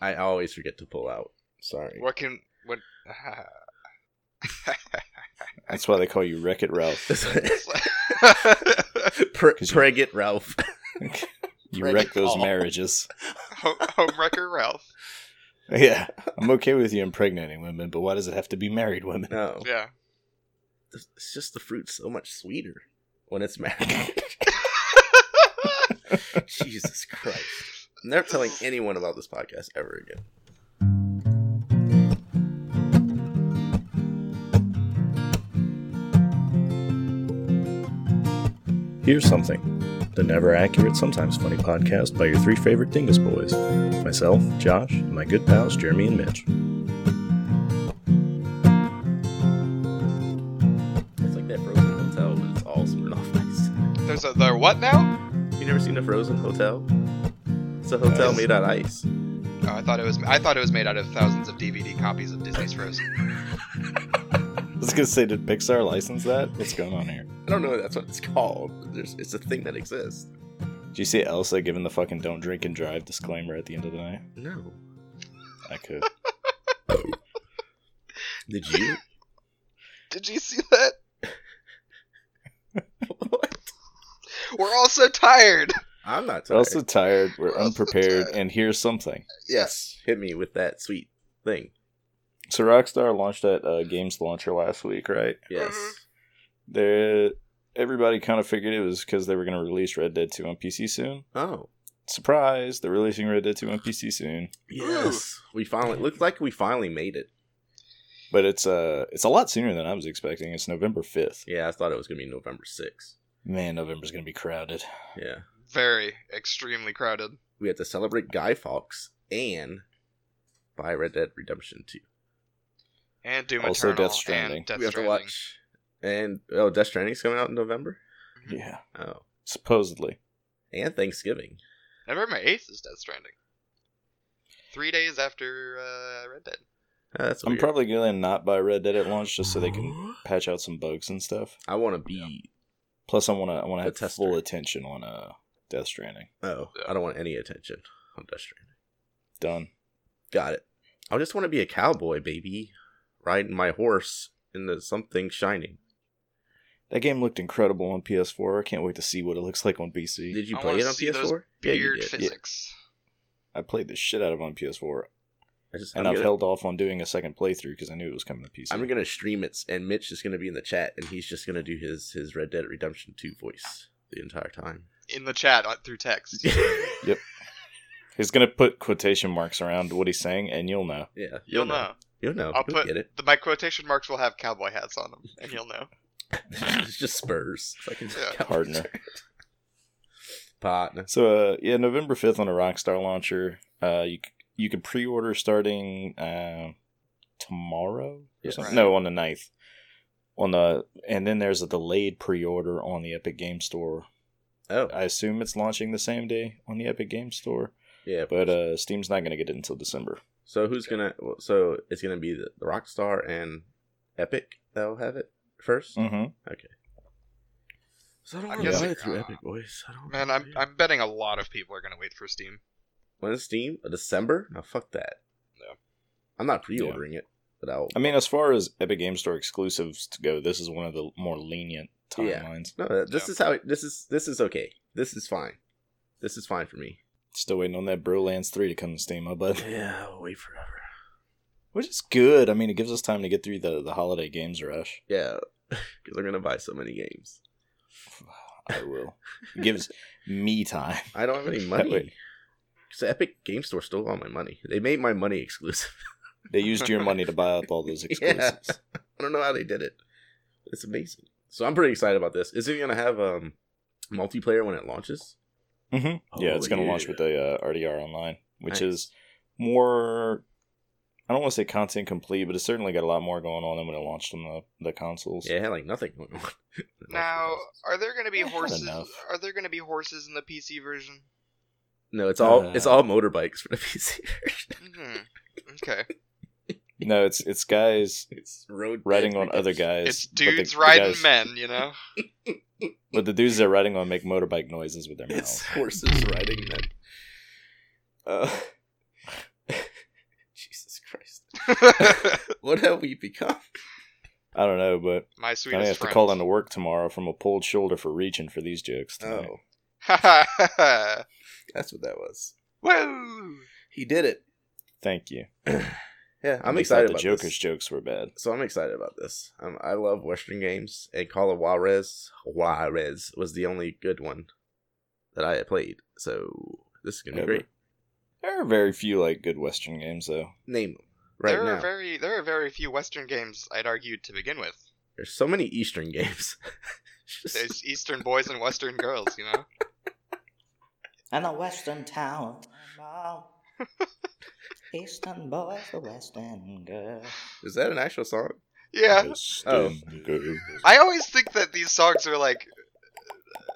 I always forget to pull out. Sorry. What can what? That's why they call you Wreck It Ralph. Pre- 'Cause you- Preg it, Ralph. You Wreck wreck It those All. marriages. Home, homewrecker Ralph. Yeah, I'm okay with you impregnating women, but why does it have to be married women? No, Yeah. it's just the fruit's so much sweeter when it's married. Jesus Christ! I'm never telling anyone about this podcast ever again. Here's something the never accurate, sometimes funny podcast by your three favorite Dingus boys myself, Josh, and my good pals, Jeremy and Mitch. It's like that frozen hotel, but it's all Smirnoff Ice. There's a there what now? You never seen a frozen hotel? It's a hotel Nice. made on ice. Oh, I thought it was I thought it was made out of thousands of DVD copies of Disney's Frozen. I was going to say, did Pixar license that? What's going on here? I don't know. if That's what it's called. but There's, it's a thing that exists. Did you see Elsa giving the fucking don't drink and drive disclaimer at the end of the night? No. I could. Did you? Did you see that? what? We're all so tired. I'm not. We're Tired. also tired, we're We're also unprepared, tired. and here's something. yes. Hit me with that sweet thing. So Rockstar launched that uh, games launcher last week, right? Yes. There, everybody kind of figured it was because they were going to release Red Dead 2 on PC soon. Oh. Surprise! They're releasing Red Dead 2 on PC soon, Yes. We finally. Looks like we finally made it. but it's uh, it's a lot sooner than I was expecting. It's November 5th. Yeah, I thought it was gonna be November 6th. Man, November's going to be crowded. Yeah. Very extremely crowded. We had to celebrate Guy Fawkes and buy Red Dead Redemption 2. And Doom Also Eternal Death Stranding. and Death we have Stranding. to watch. And oh, Death Stranding's coming out in November. Mhm. Yeah, Oh. supposedly. And Thanksgiving. November eighth is Death Stranding. Three days after uh, Red Dead. Uh, that's I'm weird. probably going to not buy Red Dead at launch just so they can patch out some bugs and stuff. I want to be. Plus, I want to I want The to have tester. full attention on uh, Death Stranding. Oh, I don't want any attention on Death Stranding. Done. Got it. I just want to be a cowboy, baby, riding my horse into something shining. That game looked incredible on PS4. I can't wait to see what it looks like on PC. Did you I play wanna it on see those PS4? Yeah, you Beard did. physics. I played the shit out of it on PS4, I just, and I'm I've gonna, held off on doing a second playthrough because I knew it was coming to PC. I'm gonna stream it, and Mitch is gonna be in the chat, and he's just gonna do his his Red Dead Redemption 2 voice the entire time. In the chat uh, through text. He's gonna put quotation marks around what he's saying, and you'll know. yeah, You'll know. You'll know. I'll you'll put get it. the, my quotation marks will have cowboy hats on them, and you'll know. it's just Spurs. If I can Yeah. Partner. Partner. So uh, yeah, November fifth on a Rockstar launcher. Uh, you c- you can pre-order starting uh, tomorrow. or Yes. something? Right. No, on the 9th. On the and then there's a delayed pre-order on the Epic Game Store. Oh, I assume it's launching the same day on the Epic Game Store, yeah. but uh, Steam's not gonna get it until December. so who's gonna? well, So it's gonna be the, the Rockstar and Epic that'll have it first. Mm-hmm. So I don't I'm want to play guessing- it through uh, Epic, boys. I don't. Man, I'm I'm betting a lot of people are gonna wait for Steam. When is Steam? December? No, fuck that. No. I'm not pre-ordering it, but I'll. I mean, as far as Epic Game Store exclusives to go, this is one of the more lenient Yeah. timelines. No, uh, this Yeah. is how. It, this is this is okay. This is fine. This is fine for me. Still waiting on that Brolands 3 to come to Steam, I bet. Yeah, I'll wait forever. Which is good. I mean, it gives us time to get through the, the holiday games rush. Yeah, because I'm gonna buy so many games. I will. It gives me time. I don't have any money. Because Epic Game Store stole all my money. They made my money exclusive. They used your money to buy up all those exclusives. I don't know how they did it. It's amazing. So I'm pretty excited about this. Is it gonna have um multiplayer when it launches? Yeah, hmm yeah Oh, it's going to launch yeah. with the uh, RDR Online, which Nice. is more. I don't want to say content complete, but it's certainly got a lot more going on than when it launched on the, the consoles. Yeah, it had like nothing going on. Now, are there gonna be Yeah, I had horses? enough. Are there gonna be horses in the PC version? No, it's all Uh, it's all motorbikes for the PC. hmm Okay, No, it's it's guys it's road riding bike, on I other guess. guys. it's but the- dudes the riding guys- men, you know. But the dudes they're riding on make motorbike noises with their It's mouths. horses riding men. Uh, What have we become? I don't know, but My I sweetest may have to friends. call into work tomorrow from a pulled shoulder for reaching for these jokes. Tonight. Oh, Ha that's what that was. Woo! He did it. Thank you. Yeah, I'm At least excited not about The Joker's this. jokes were bad. So I'm excited about this. Um, I love Western games, and Call of Juarez, Juarez was the only good one that I had played. So this is gonna be Ever. great. There are very few like good Western games though. Name them right there now. are very there are very few Western games I'd argue to begin with. There's so many Eastern games. Just- There's Eastern boys and Western girls, you know. And a western town. Eastern boys, the western girl. is that an actual song? Yeah, Oh. Good. I always think that these songs are like, uh,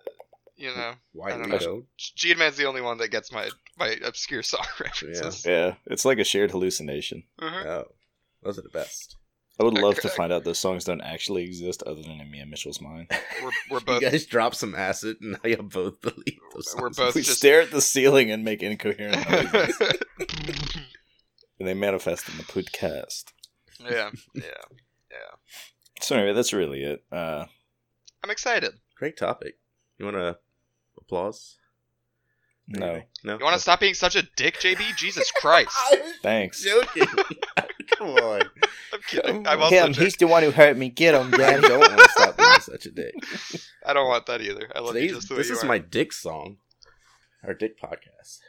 you know, Why I don't we know. go? Gene Man's the only one that gets my my obscure song references. Yeah, it's like a shared hallucination. Mhm. Oh, those are the best. I would love to Okay. find out those songs don't actually exist other than in Mia Mitchell's mind. We're we're both You guys drop some acid, and now you both believe those We're songs. both- we just- stare at the ceiling and make incoherent noises, and they manifest in the podcast. yeah, yeah. So anyway, that's really it. Uh, I'm excited. Great topic. You want to applause? no, Maybe. No. You want to stop being such a dick, JB? Jesus Christ! thanks. joking. Come on. I'm kidding. I'm also Him, joking. he's the one who hurt me. Get him, I Daddy. don't want to stop being such a dick. I don't want that either. I love you Today's, just the way this you is are. my dick song. Our dick podcast.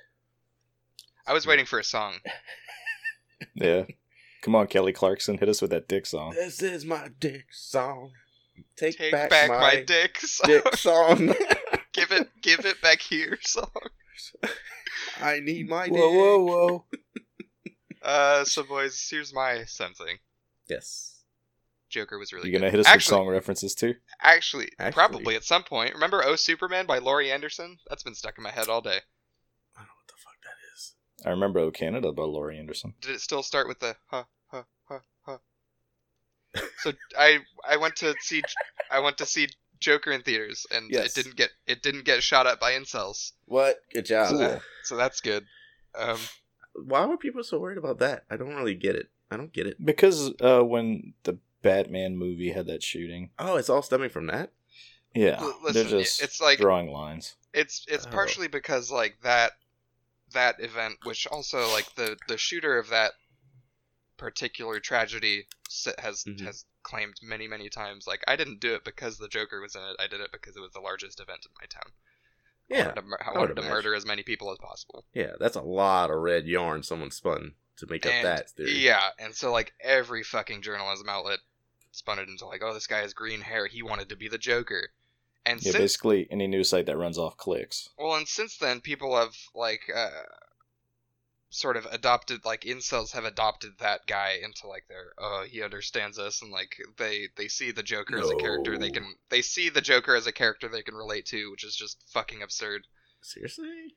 I was waiting for a song. Yeah, come on, Kelly Clarkson, hit us with that dick song. This is my dick song. Take, Take back, back, my, my, dick, dicks. song. give it, give it back here, song. I need my dick. Whoa, whoa, whoa! Uh, so boys, here's my something. Yes. Joker was really You gonna good. hit us with actually, song references too? Actually, Actually. probably at some point. Remember "Oh Superman" by Laurie Anderson? That's been stuck in my head all day. I don't know what the fuck that is. I remember "O Canada" by Laurie Anderson. Did it still start with the huh huh huh huh? so I I went to see I went to see Joker in theaters, and Yes. it didn't get it didn't get shot at by incels. What? Good job. So, that- so that's good. Um, Why were people so worried about that? I don't really get it. I don't get it. Because uh, when the Batman movie had that shooting, Oh, it's all stemming from that? yeah, l- listen, they're just it's like drawing lines. it's it's Oh. partially because like that that event which also like the the shooter of that particular tragedy s- has Mhm. has claimed many many times like i didn't do it because the joker was in it i did it because it was the largest event in my town i Yeah. wanted to, mur- I would wanted to imagine. murder as many people as possible Yeah, that's a lot of red yarn someone spun to make up and that theory. yeah and so like every fucking journalism outlet spun it into like oh this guy has green hair he wanted to be the joker and Yeah, since basically any news site that runs off clicks. Well, and since then, people have like uh, sort of adopted like incels have adopted that guy into like their oh he understands us and like they they see the Joker as a character they No. can they see the Joker as a character they can relate to, which is just fucking absurd. Seriously?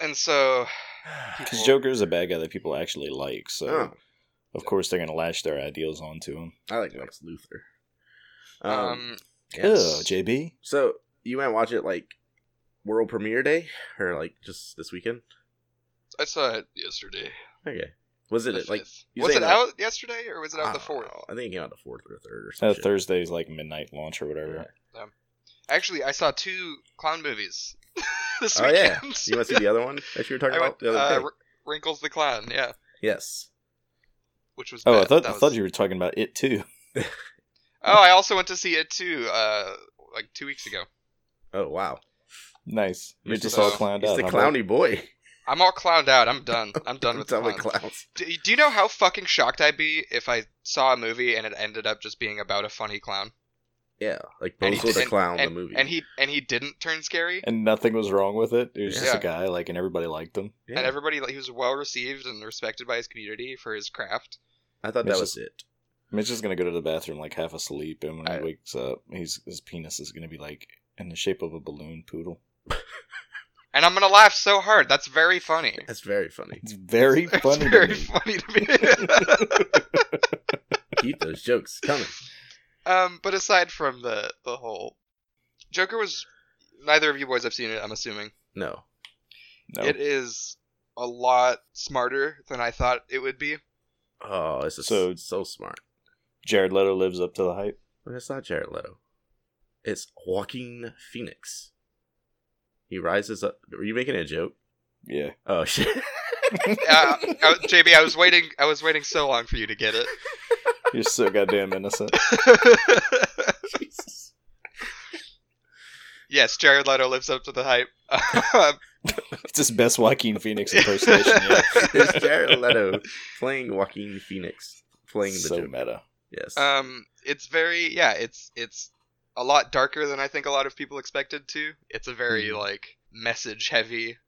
And so Because Well- Joker is a bad guy that people actually like, so Oh, of course they're gonna lash their ideals onto him. I like Lex Luthor. um, yeah. Oh, JB. So you might watch it like world premiere day or like just this weekend. I saw it yesterday. Okay, was it The at, like fifth. you was say it that- Oh. out yesterday or was it out the I don't fourth? know, I think it came out the fourth or third or Uh, something. Thursday's like midnight launch or whatever. Actually, I saw two clown movies this Oh weekend. yeah, you want to see the other one that you were talking I about went, the other uh, day? Wr- Wrinkles the Clown, yeah, Yes. which was Oh, I bad. thought That I was- thought you were talking about it too. Oh, I also went to see it too, uh, like two weeks ago. Oh wow, Nice. You're He's just the- all clowned he's out. the huh, clowny boy. I'm all clowned out. I'm done. I'm done I'm with the done with clowns. clowns. do, do you know how fucking shocked I'd be if I saw a movie and it ended up just being about a funny clown? Yeah, like And he Bozo the didn't- clown, and, the movie. And he and he didn't turn scary. And nothing was wrong with it. It was just Yeah. a guy, like, and everybody liked him. yeah, And everybody, like, he was well received and respected by his community for his craft. I thought that It's was just- it. Mitch is gonna go to the bathroom like half asleep, and when I- he wakes up, he's his penis is gonna be like in the shape of a balloon poodle. And I'm gonna laugh so hard. That's very funny. That's very funny. It's very That's funny. to very me. funny to me. Keep those jokes coming. um, but aside from the the whole, Joker was. Neither of you boys have seen it. I'm assuming. No, No. It is a lot smarter than I thought it would be. Oh, this is so, So- so smart. Jared Leto lives up to the hype. But it's not Jared Leto. It's Joaquin Phoenix. He rises up. Are you making a joke? Yeah. Oh shit! Uh, I, JB, I was waiting. I was waiting so long for you to get it. You're so goddamn innocent. Jesus. yes, Jared Leto lives up to the hype. It's his best Joaquin Phoenix impersonation yet. It's Jared Leto playing Joaquin Phoenix playing the so joke. meta. Yes. um, it's very yeah. It's it's a lot darker than I think a lot of people expected to. It's a very Mhm. like message heavy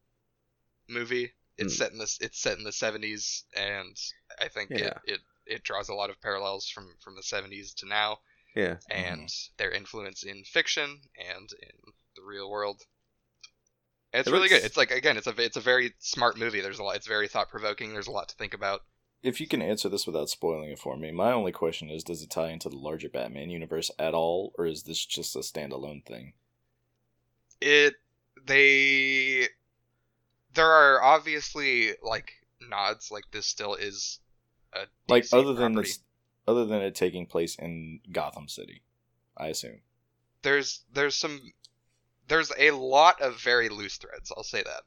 movie. It's Mm. set in this. It's set in the seventies, and I think Yeah. it, it it draws a lot of parallels from from the seventies to now, yeah. and Mm-hmm. their influence in fiction and in the real world. And it's It really looks- good. It's like again, it's a it's a very smart movie. There's a lot. It's very thought provoking. There's a lot to think about. If you can answer this without spoiling it for me, my only question is does it tie into the larger Batman universe at all, or is this just a standalone thing? it they there are obviously like nods like this still is a Like DC other than property. this other than it taking place in Gotham City, I assume. there's there's some there's a lot of very loose threads i'll say that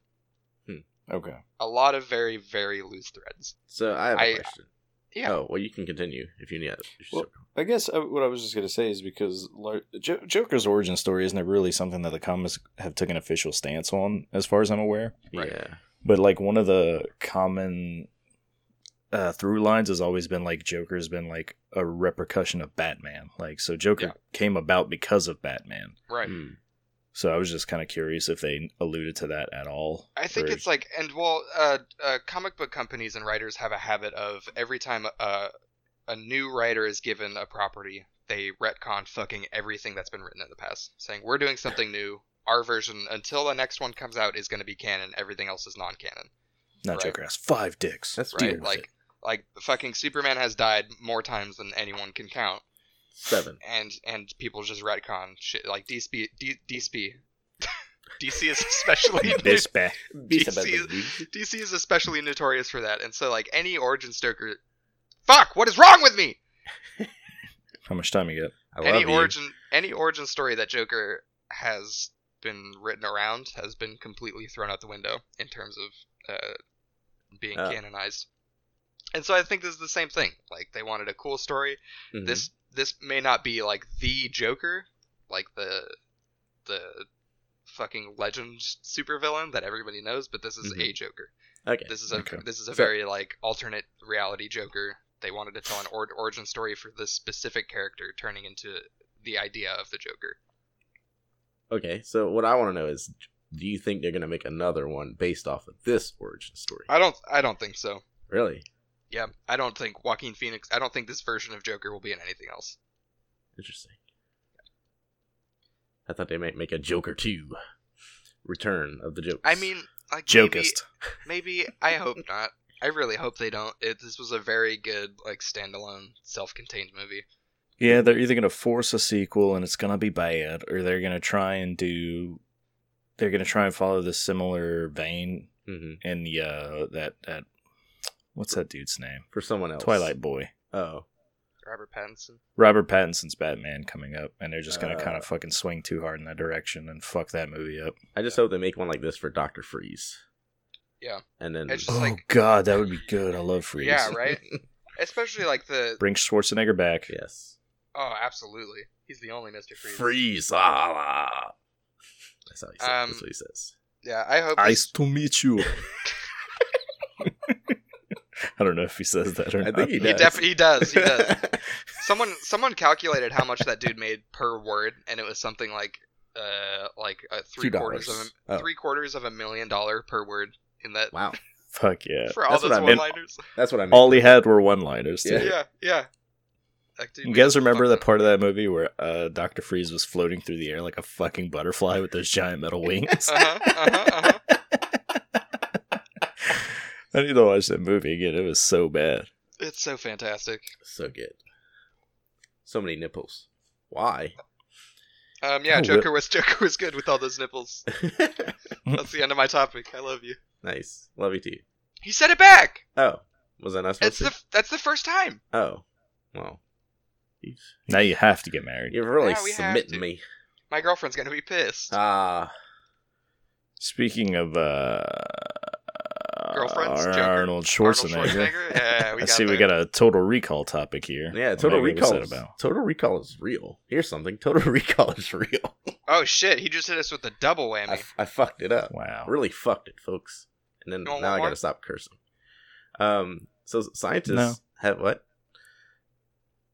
Okay. a lot of very very loose threads So I have a I- uh, question. yeah. Oh well, you can continue if you need. It. Well- I guess uh, what I was just gonna say is because lar- jo- Joker's origin story isn't really something that the comics have took an official stance on, as far as I'm aware. Right. Yeah. But like one of the common uh, through lines has always been like Joker's been like a repercussion of Batman. Like so, Joker Yeah. came about because of Batman. right Hmm. So I was just kind of curious if they alluded to that at all. I think or- it's like, and well, uh, uh, comic book companies and writers have a habit of every time a, a new writer is given a property, they retcon fucking everything that's been written in the past, saying we're doing something new. Our version, until the next one comes out, is going to be canon. Everything else is non-canon. not right. Joker has five dicks. That's Right? right. Deal with like, it. like fucking Superman has died more times than anyone can count, Seven. and and people just retcon shit. Like DSP, D, DSP. DC is especially This ba- DC, DC is especially notorious for that, and so like any origin stoker, fuck, what is wrong with me? How much time you got? I love you. Any origin, any origin story that Joker has been written around has been completely thrown out the window in terms of uh, being Uh. canonized. And so I think this is the same thing. Like they wanted a cool story. Mhm. This this may not be like the Joker, like the the fucking legend supervillain that everybody knows, but this is a Mhm. Joker. Okay. This is a Okay. this is a So- very like alternate reality Joker. They wanted to tell an or- origin story for this specific character turning into the idea of the Joker. Okay. So what I want to know is, do you think they're gonna make another one based off of this origin story? I don't I don't think so. really Yeah, I don't think Joaquin Phoenix. I don't think this version of Joker will be in anything else. interesting. I thought they might make a Joker two, Return of the Joker. I mean, like maybe, Jokist. maybe I hope not. I really hope they don't. It, this was a very good like standalone, self-contained movie. Yeah, they're either gonna force a sequel and it's gonna be bad, or they're gonna try and do. They're gonna try and follow the similar vein Mhm. in the uh, that that what's that dude's name? for someone else. Twilight Boy. Oh, Robert Pattinson. Robert Pattinson's Batman coming up, and they're just gonna Uh. kind of fucking swing too hard in that direction and fuck that movie up. I just hope they make one like this for Doctor Freeze. Yeah. And then It's just oh like- god, that would be good. I love Freeze. Yeah, right. Especially like the Bring Schwarzenegger back. yes, oh, absolutely. He's the only Mister Freeze. Freeze. ah. That's how he says. Um, That's what he says. Yeah, I hope. this- Nice to meet you. I don't know if he says that or I not. think he He, does. def- he does. He does. someone someone calculated how much that dude made per word, and it was something like uh like uh, three quarters of dollars. a, Oh. three quarters of a million dollar per word in that wow, Fuck yeah. for all that's what those I meant. one liners. that's what I meant. All he had were one liners. Yeah. too. Yeah, yeah. Like, dude, You guys remember fucking- that part of that movie where uh, Doctor Freeze was floating through the air like a fucking butterfly with those giant metal wings? Uh-huh, uh-huh, uh-huh. I need to watch that movie again. It was so bad. It's so fantastic. so good. So many nipples. Why? Um, yeah, Oh, Joker was Joker was good with all those nipples. That's the end of my topic. I love you. nice. Love you too. He said it back. Oh, Wasn't I supposed It's to? the f- that's the first time. oh, well, you've, Now you have to get married. you've really Now we have submitting to. me. My girlfriend's gonna be pissed. Ah, Speaking of uh, Girlfriends? Ar- Joker? Arnold Arnold Schwarzenegger. Schwarzenegger? Yeah, we I got see we there. got a Total Recall topic here. yeah. I'm Total very Recall. upset Is, about. Total Recall is real. Here's something. Total Recall is real. Oh shit! He just hit us with a double whammy. I, f- I fucked it up. Wow. Really fucked it, folks. And then You want now one I more? gotta stop cursing. Um. So scientists No. have what?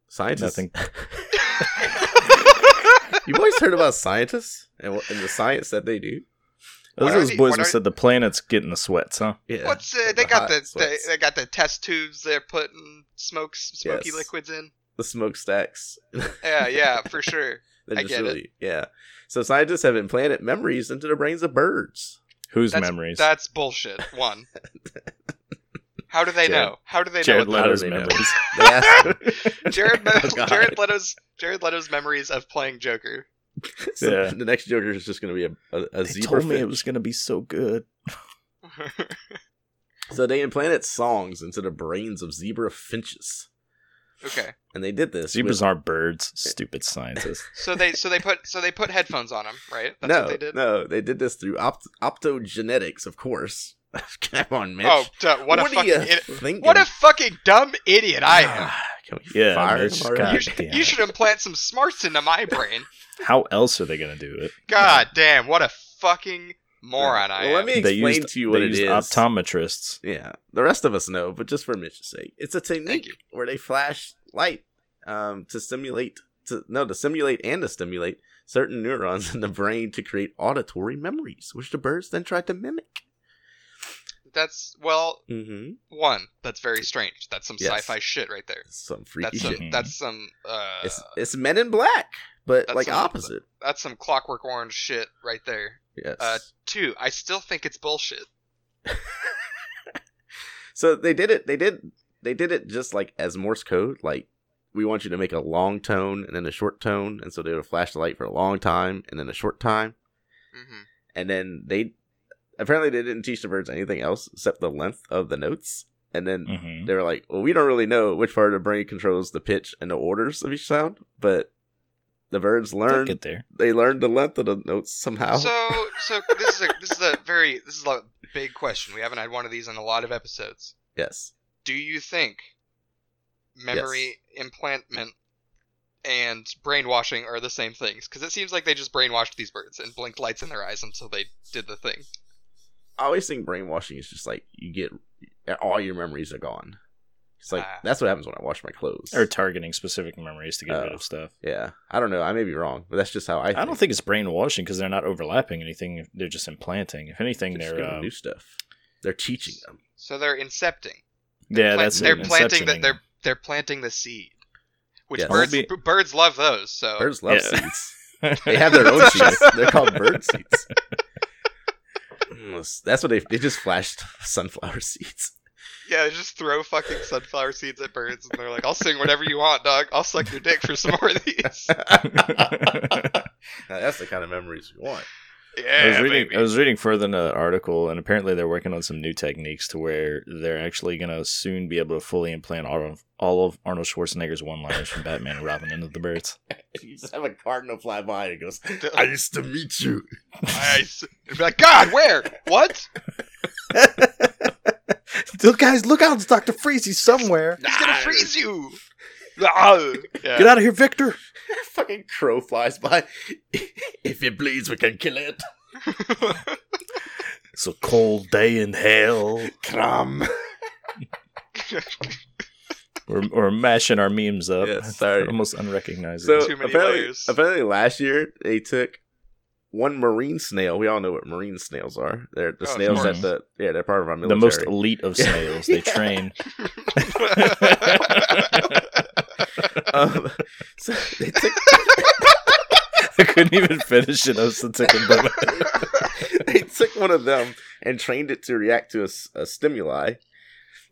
Scientists. Nothing. You boys heard about scientists and, what- and the science that they do? Those What are are those the- boys what that are- said the planet's getting the sweats, huh? Yeah. What's uh, the they got hot the they, sweats. they got the test tubes they're putting smokes smoky Yes. liquids in. the smokestacks? Yeah, yeah, for sure. They're I just get it. Yeah. So scientists have implanted memories into the brains of birds. Whose That's, memories? That's bullshit. One. How do they Jared- know? How do they Jared know? what Leto's they know? memories. They asked the- Jared, Mo- Oh, God. Jared Leto's Jared Leto's memories of playing Joker. so Yeah. The next Joker is just going to be a, a, a they zebra. told me fish. it was going to be so good. So they implanted songs into the brains of zebra finches, okay, and they did this. Zebras with- aren't birds. Stupid scientists. so they so they put so they put headphones on him, right? That's no, what they did. no, they did this through opt- optogenetics, of course. Come on, Mitch. oh, duh, what, a are fucking you idi- thinking? what a fucking dumb idiot I am. Can we Yeah, fire Mitch, him already? God You should, damn you it. should implant some smarts into my brain. How else are they going to do it? God damn, what a fucking moron I Well, let am. me they explain used, to you what they it used is. optometrists. yeah, the rest of us know, but just for Mitch's sake, it's a technique you. where they flash light um, to simulate to no to simulate and to stimulate certain neurons in the brain to create auditory memories, which the birds then tried to mimic. That's well, Mm-hmm. one. That's very strange. That's some Yes. sci-fi shit right there. Some freaky That's some. shit. should- That's some. Uh, it's it's Men in Black, but that's like some- opposite. that's some Clockwork Orange shit right there. Yes. uh, Two. I still think it's bullshit. so they did it. They did. They did it just like as Morse code. Like we want you to make a long tone and then a short tone, and so they would flash the light for a long time and then a short time. hmm and then they apparently they didn't teach the birds anything else except the length of the notes and then hmm they were like well we don't really know which part of the brain controls the pitch and the orders of each sound but the birds They'll learned get there. they learned the length of the notes somehow So, so this is a this is a very this is a big question. We haven't had one of these in a lot of episodes. yes Do you think memory implantment and brainwashing are the same things? Because it seems like they just brainwashed these birds and blinked lights in their eyes until they did the thing. i always think brainwashing is just like you get all your memories are gone it's like Ah. that's what happens when i wash my clothes They're targeting specific memories to get rid Oh. of stuff. yeah i don't know i may be wrong but that's just how i think. I don't think it's brainwashing because they're not overlapping anything. They're just implanting. If anything, they're they're uh, new stuff they're teaching them So they're incepting. yeah, Plant- that's it, they're planting inceptioning. that they're they're planting the seed, which Yes. birds Only- b- birds love those. So birds love Yeah. seeds They have their own seeds. They're called bird seeds. Mm, That's what they they just flashed sunflower seeds. yeah, they just throw fucking sunflower seeds at birds, and they're like, "I'll sing whatever you want, dog. I'll suck your dick for some more of these." Now, that's the kind of memories we want. Yeah, I was reading. baby. I was reading further in the article, and apparently they're working on some new techniques to where they're actually going to soon be able to fully implant all of, all of Arnold Schwarzenegger's one-liners from Batman and Robin into the birds. You just have a cardinal fly by and it goes, "I used to meet you." I s- I'd be like, God, where? What? Those guys, look out! It's Doctor Freeze. He's somewhere. He's gonna freeze you. Ah, yeah. out of here, Victor. Fucking crow flies by. if it bleeds, we can kill it. It's a cold day in hell. Cram. We're, we're mashing our memes up. Yeah, sorry. Almost unrecognizable. So Too many apparently, layers. apparently, last year they took one marine snail. We all know what marine snails are. They're the Oh, of snails that course. the yeah they're part of our the military. most elite of Yeah. snails. They Yeah. train. um, so they took I couldn't even finish it. I was so tickled by that. they took one of them and trained it to react to a, s- a stimuli,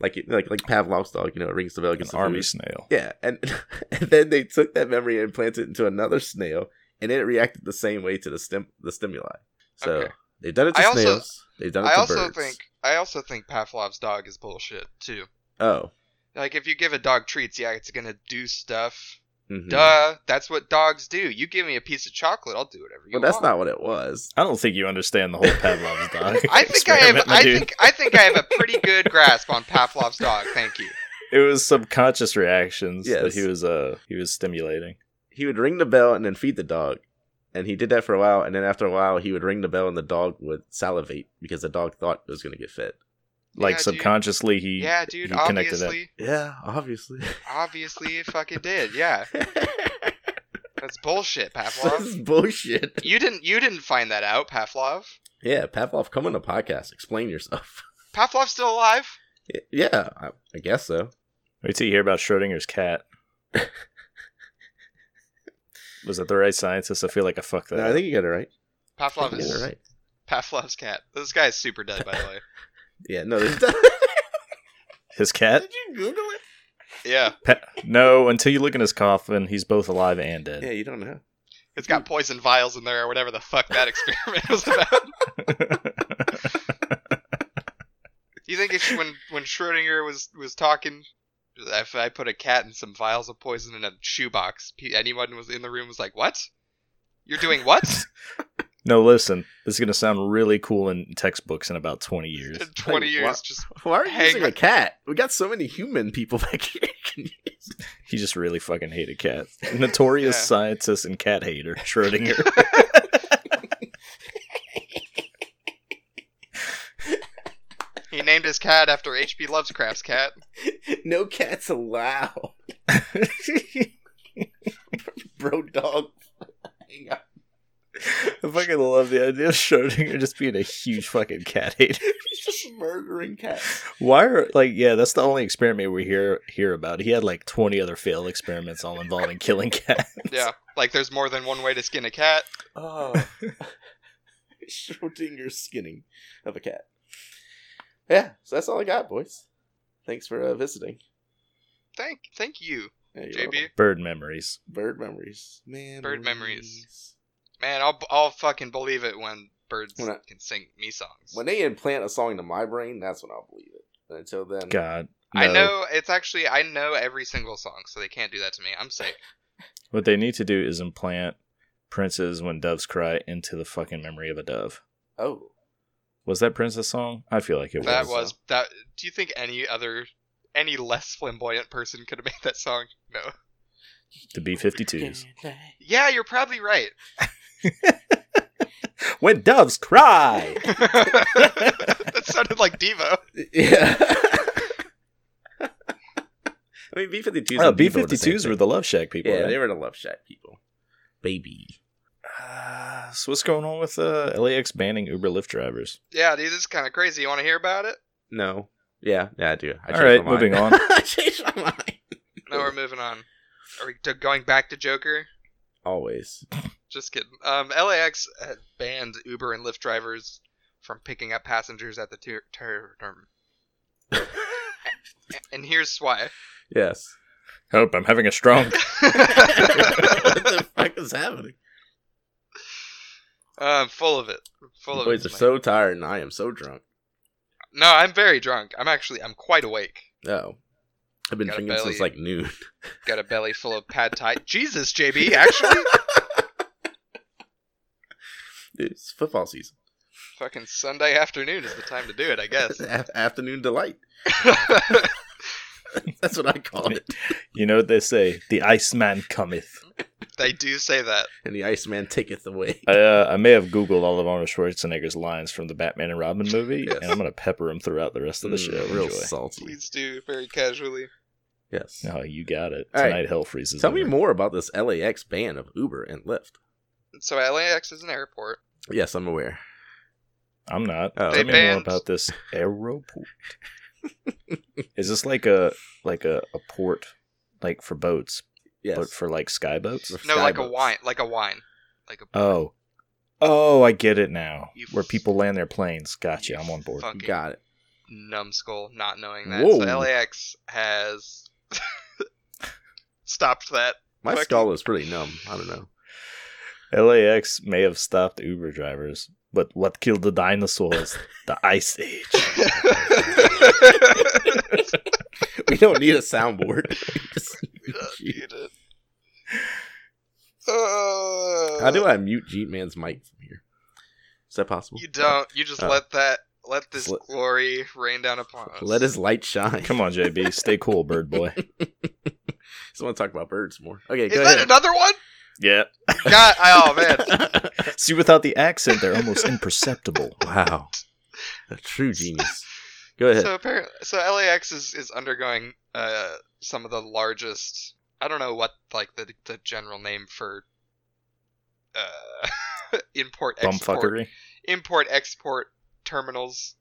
like like like Pavlov's dog. You know, it rings the bell An against the army food. snail. Yeah, and, and then they took that memory and planted it into another snail, and it reacted the same way to the stim the stimuli. So Okay. they've done it to I also- snails. they've done it I to also birds. think I also think Pavlov's dog is bullshit too. Oh. Like if you give a dog treats, yeah, it's gonna do stuff. Hmm. mhm. Duh, that's what dogs do. You give me a piece of chocolate, I'll do whatever you Well, that's want. not what it was. I don't think you understand the whole Pavlov's I dog. think I have. experiment, my I dude. think I think I have a pretty good grasp on Pavlov's dog. Thank you. it was subconscious reactions that Yes. he was uh he was stimulating. He would ring the bell and then feed the dog. And he did that for a while, and then after a while, he would ring the bell and the dog would salivate because the dog thought it was going to get fed. Like Yeah, dude. subconsciously he Yeah, dude. he connected that. Obviously, Yeah, obviously. obviously, it fucking did. Yeah, that's bullshit, this Pavlov. is bullshit. You didn't. You didn't find that out, Pavlov. Yeah, Pavlov, come on the podcast. Explain yourself. Pavlov's still alive. yeah, I, I guess so. Wait till you hear about Schrodinger's cat. was it the right scientist? I feel like I fucked that. No, I up. think you got it right. I think Pavlov you got is it right. Pavlov's cat. This guy is super dead, by the way. Yeah, no. This, His cat? you Google it? Yeah, Pa- no, until you look in his coffin, he's both alive and dead. Yeah, you don't know. it's got poison vials in there or whatever the fuck that experiment was about. You think if when when Schrodinger was was talking, if I put a cat and some vials of poison in a shoebox, pe- anyone was in the room was like, "What? You're doing what?" no, listen. This is going to sound really cool in textbooks in about 20 years. In Twenty Like, years, what? just Why are you Hang using on. a cat? We got so many human people back here. Can you- He just really fucking hated cats. Notorious Yeah. scientist and cat hater, Schrodinger. he named his cat after H.P. Lovecraft's cat. no cats allowed. Bro, dog. Hang on. I fucking love the idea of Schrodinger just being a huge fucking cat hater. He's just murdering cats. Why are like yeah? That's the only experiment we hear hear about. He had like twenty other failed experiments, all involving killing cats. Yeah, like there's more than one way to skin a cat. Oh. Schrodinger's skinning of a cat. Yeah, so that's all I got, boys. Thanks for uh, visiting. Thank, thank you, Yeah, you're JB. welcome. Bird memories. Bird memories. Man. Bird memories. Man, I'll I'll fucking believe it when birds When I- can sing me songs. When they implant a song into my brain, that's when I'll believe it. But until then, God, I no. know it's actually I know every single song, so they can't do that to me. I'm safe. What they need to do is implant "Princes When Doves Cry" into the fucking memory of a dove. oh. Was that Prince's song? I feel like it That was. was that. Do you think any other, any less flamboyant person could have made that song? No. The B-52s. Yeah, you're probably right. when doves cry. that sounded like Devo. Yeah. I mean, B 52s. Oh, B-52s were the Love Shack people. Yeah, right? they were the Love Shack people. Baby. Uh, so what's going on with uh, LAX banning Uber Lyft drivers? Yeah, dude, this is kind of crazy. You want to hear about it? No. Yeah, yeah, I do. I All changed right, my mind. moving on. I changed my mind. No, we're moving on. Are we t- going back to Joker? Always. Just kidding. Um, LAX had banned Uber and Lyft drivers from picking up passengers at the ter- ter- term. and here's why. Yes. Hope I'm having a strong. what the fuck is happening? um, full of it. Full The of boys it. are so tired and I am so drunk. No, I'm very drunk. I'm actually I'm quite awake. Oh. I've been Got a drinking belly. since like noon. Got a belly full of pad thai. Jesus, JB, actually, Dude, it's football season. fucking Sunday afternoon is the time to do it, I guess. A- Afternoon delight. That's what I call it. You know what they say? The Iceman cometh. they do say that. And the Iceman taketh away. I, uh, I may have Googled all of Arnold Schwarzenegger's lines from the Batman and Robin movie, Yes. and I'm going to pepper them throughout the rest of the Mm, show. real Enjoy. salty. Please do very casually. Yes. Oh, you got it. All right. Tonight, hell freezes. Tell me over. more about this LAX ban of Uber and Lyft. So LAX is an airport. Yes, I'm aware. I'm not. Oh. Tell They me banned- more about this aeroport. Is this like a like a, a port like for boats, Yes. but for like sky boats? For No, sky like a boats. wine, like a wine, like a. Oh, oh, I get it now. You Where f- people land their planes. Gotcha. I'm on board. Fucking Got it. numbskull, not knowing that. Whoa. So LAX has stopped that. My Fucking- skull is pretty numb. I don't know. LAX may have stopped Uber drivers But what killed the dinosaurs? the Ice Age. We don't need a soundboard. We don't need it. Uh, How do I mute Jeep Man's mic from here? Is that possible? You don't. You just Oh. let that let this Let- glory rain down upon us. Let his light shine. Come on, JB, stay cool, bird boy. Just want to talk about birds more. Okay, Is go that ahead. another one? Yeah. God, oh man. See, without the accent, they're almost imperceptible. wow, a true genius. Go ahead. So apparently, so LAX is is undergoing uh some of the largest. I don't know what like the the general name for uh import export Bumfuckery. import export terminals.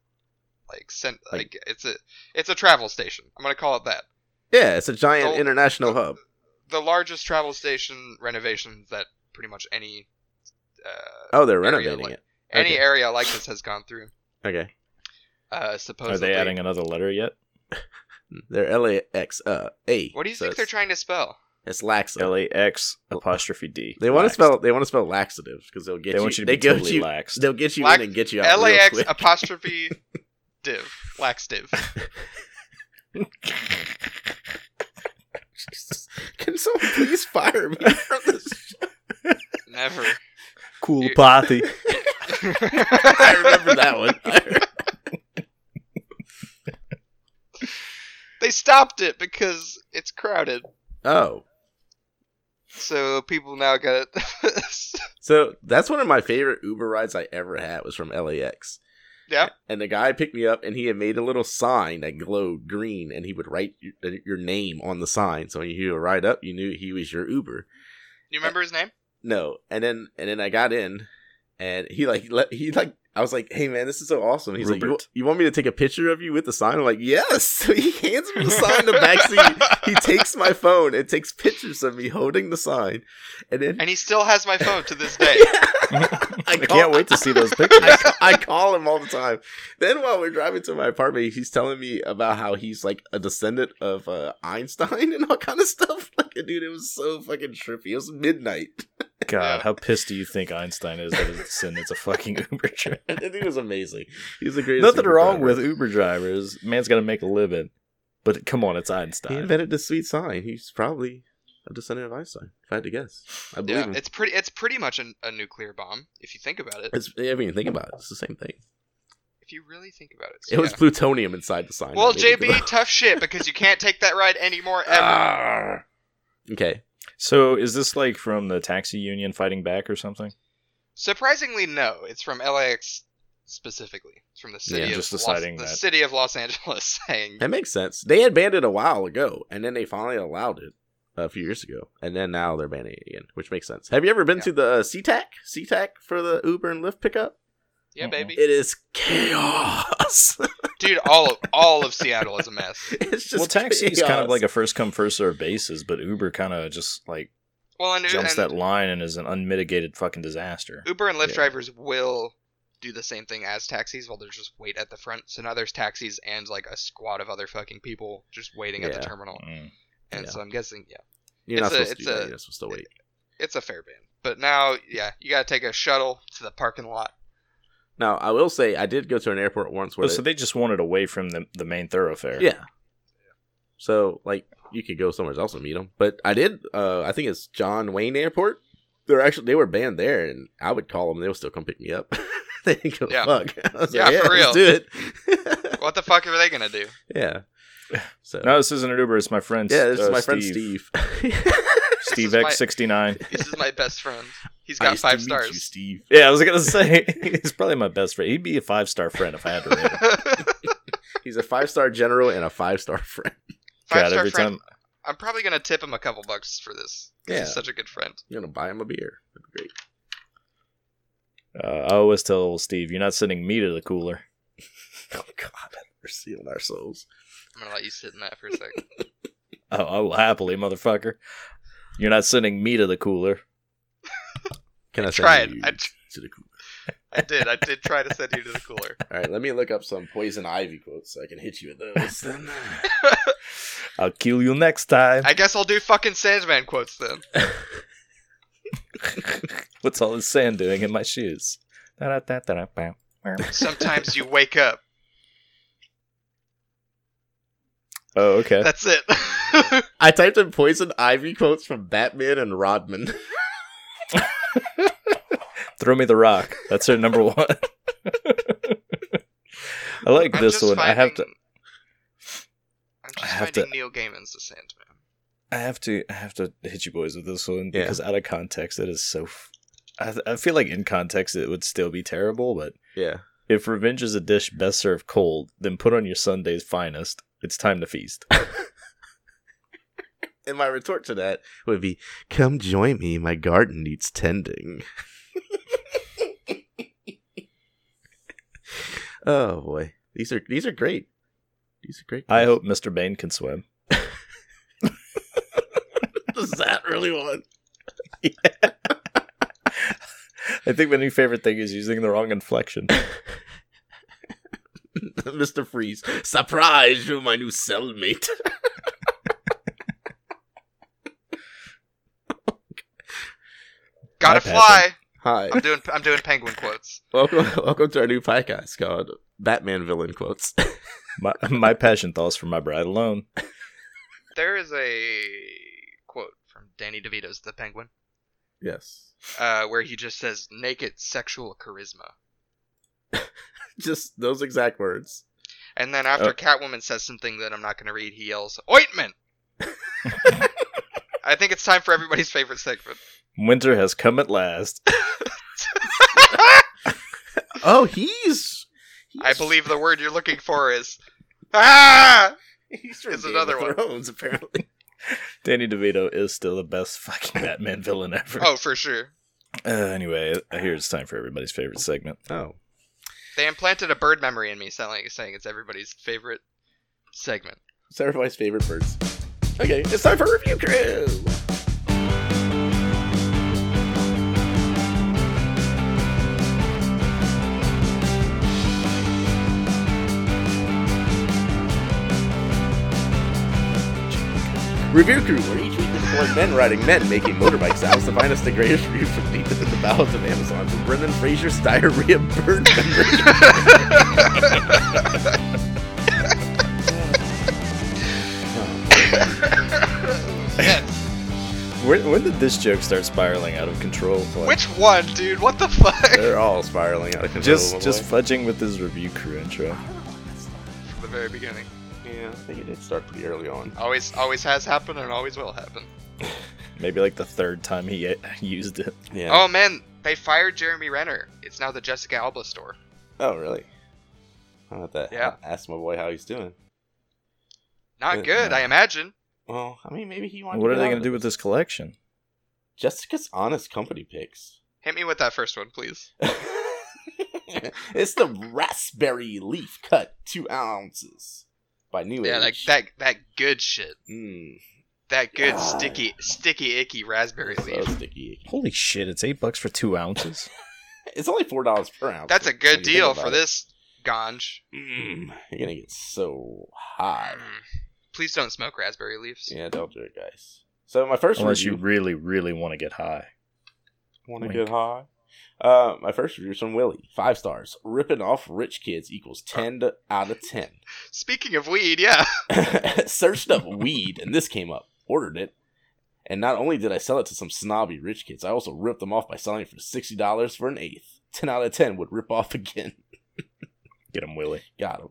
Like sent Like- like, it's a it's a travel station. I'm gonna call it that. yeah, it's a giant Don't- international don't- hub. The largest travel station renovations that pretty much any uh Oh, they're area, renovating like- it. any Okay. area like this has gone through. Okay, Uh, Are supposedly. they adding another letter yet? Hmm. they're LAX uh, A. What do you so think they're it's- trying to spell? It's lax. L A X apostrophe D. They want to Laxed. spell. They want to spell laxative because they'll get They you. want you to they be totally you. laxed. They'll get you Lax- in and get you out. real LAX quick. apostrophe div. Lax div. Jesus. Can someone please fire me from this? Never. Cool You- potty. I remember that one. They stopped it because it's crowded. oh, So people now got so that's one of my favorite Uber rides I ever had was from LAX. Yeah. And the guy picked me up, and he had made a little sign that glowed green, and he would write your, your name on the sign. So when you would ride up, you knew he was your Uber. You remember his name? No, and then and then I got in, and he like let he like I was like, "Hey man, this is so awesome." He's like, you, Rupert. wa- "You want me to take a picture of you with the sign?" I'm like, "Yes." So he hands me the sign in the backseat. He takes my phone and takes pictures of me holding the sign, and then And he still has my phone to this day. I can't wait to see those pictures. I, ca- I call him all the time. Then while we're driving to my apartment, he's telling me about how he's like a descendant of uh, Einstein and all kind of stuff. Like, dude, it was so fucking trippy. It was midnight. God, how pissed do you think Einstein is that his descendants a fucking Uber driver? I think it was amazing. He's the greatest. Nothing Uber wrong driver. with Uber drivers. Man's got to make a living. But come on, it's He Einstein. invented the sweet sign. He's probably a descendant of Einstein. If I had to guess, I believe Yeah, him. it's pretty. It's pretty much an, a nuclear bomb if you think about it. It's, I mean, think about it. It's the same thing. If you really think about it. It So was yeah. plutonium inside the sign. Well, that made it JB, glow. tough shit because you can't take that ride anymore ever. Ah. okay. So is this like from the taxi union fighting back or something? Surprisingly, no. It's from LAX specifically. It's from the city Yeah, of just Los, deciding the that. city of Los Angeles saying That makes sense. They had banned it a while ago, and then they finally allowed it a few years ago, and then now they're banning it again, which makes sense. Have you ever been Yeah. to the uh, SeaTac? SeaTac for the Uber and Lyft pickup? Yeah, Mm-mm. baby. It is chaos. Dude, all of all of Seattle is a mess. it's just well, taxi is kind of chaos. like a first come first serve basis, but Uber kind of just like Well, and, jumps and that line and is an unmitigated fucking disaster. Uber and Lyft Yeah. drivers will do the same thing as taxis while there's just wait at the front. So now there's taxis and like a squad of other fucking people just waiting at the Yeah. terminal. Mm. And Yeah. so I'm guessing, yeah, You're not it's a- supposed to do it's that. a- You're not supposed to wait. it's a fair ban. But now, yeah, you gotta take a shuttle to the parking lot. Now, I will say I did go to an airport once where Oh, so they just wanted away from the, the main thoroughfare. Yeah. So like you could go somewhere else and meet them, but I did. Uh, I think it's John Wayne Airport. They're actually they were banned there, and I would call them. They would still come pick me up. they didn't give a Yeah. fuck. I was Yeah, like, for let's do it. What the fuck are they gonna do? yeah. So No, this isn't an Uber. It's my friend. yeah, this uh, is my friend Steve. Steve This is my- X69. This is my best friend. He's I got used to five meet stars. you, Steve. Yeah, I was gonna say he's probably my best friend. He'd be a five star friend if I had to rate him. He's a five star general and a five star friend. God, Five-star every friend. time I'm probably gonna tip him a couple bucks for this. 'cause Yeah. He's such a good friend. I'm gonna buy him a beer. That'd be great. uh, I always tell old Steve, "You're not sending me to the cooler." Oh God, we're sealing our souls. I'm gonna let you sit in that for a second. Oh, I will happily, motherfucker. You're not sending me to the cooler. Can I, Try it. send you I, tr- to the cooler? I did. I did try to send you to the cooler. All right, let me look up some poison ivy quotes so I can hit you with those. I'll kill you next time. I guess I'll do fucking Sandman quotes then. What's all this sand doing in my shoes? Da-da-da-da-da-bow. Sometimes you wake up. Oh, okay. That's it. I typed in poison ivy quotes from Batman and Rodman. Throw me the rock. That's her number one. I like I'm this just one. I have to. finding- I'm just I have finding to- Neil Gaiman's The Sandman. I have to. I have to hit you boys with this one Yeah. because out of context, it is so. F- I, I feel like in context, it would still be terrible. But Yeah. if revenge is a dish best served cold, then put on your Sunday's finest. It's time to feast. And my retort to that would be, "Come join me. My garden needs tending." oh boy, these are these are great. These are great. I hope Mister Bain can swim. Is that really one? I think my new favorite thing is using the wrong inflection. Mr. Freeze, surprise, you're my new cellmate. Gotta passing. fly. Hi. I'm doing. I'm doing penguin quotes. Welcome, welcome to our new podcast called Batman Villain Quotes. My, my passion thaws for my bride alone. There is a quote from Danny DeVito's The Penguin, yes. uh, where he just says "naked sexual charisma," Just those exact words. and then after Oh. Catwoman says something that I'm not going to read, he yells "ointment." I think it's time for everybody's favorite segment. Winter has come at last. Oh, he's. he's I believe the word you're looking for is ah. he's is another one. Thrones, apparently. Danny DeVito is still the best fucking Batman villain ever. Oh, for sure. Uh, anyway, I hear it's time for everybody's favorite segment. Oh. They implanted a bird memory in me, saying saying it's everybody's favorite segment. It's everybody's favorite birds. Okay, it's time for review crew. Review crew, where each week we explore men riding men making motorbike sounds to find us the greatest review from deep into the bowels of Amazon from Brendan Fraser's diarrhea bird memory. yes. When, when did this joke start spiraling out of control? Like, Which one, dude? What the fuck? They're all spiraling out of control. just just fudging with his review crew intro. From the very beginning. Yeah, I think it did start pretty early on. Always, always has happened and always will happen. Maybe like the third time he uh, used it. Yeah. Oh man, they fired Jeremy Renner. It's now the Jessica Alba store. Oh, really? How about that? Yeah. I- ask my boy how he's doing. Not Good, good, I imagine. Well, I mean, maybe he wanted. What to are get they out going of to it. do with this collection? Jessica's honest company picks? Hit me with that first one, please. it's the raspberry leaf cut, two ounces by New Yeah, Age. like that, that good shit. Mm, That good God. sticky, sticky, icky raspberry so leaf. sticky. Holy shit! It's eight bucks for two ounces. It's only four dollars per ounce. That's a When good you think deal about for it. this ganj. Mm, you're gonna get so high. Mm. Please don't smoke raspberry leaves. Yeah, don't do it, guys. So my first Unless review. you really, really want to get high. Want to Wink. get high? Uh, my first review is from Willie. Five stars. Ripping off rich kids equals 10 to- out of 10. Speaking of weed, yeah. Searched up weed, and this came up. Ordered it. And not only did I sell it to some snobby rich kids, I also ripped them off by selling it for $60 for an eighth. 10 out of 10 would rip off again. Get him, Willie. Got him.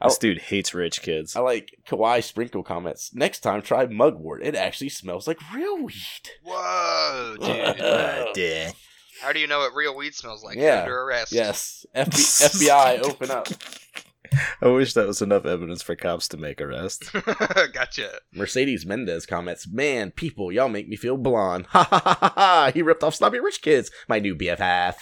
This Oh. dude hates rich kids. Oh, I like Kawaii Sprinkle comments. Next time, try mugwort. It actually smells like real weed. Whoa, dude. Oh, dear. How do you know what real weed smells like? You're Yeah. under arrest. Yes. FB- FBI, open up. I wish that was enough evidence for cops to make arrests. gotcha. Mercedes Mendez comments, "Man, people, y'all make me feel blonde. Ha ha ha ha! ha. He ripped off snobby rich kids. My new BFF.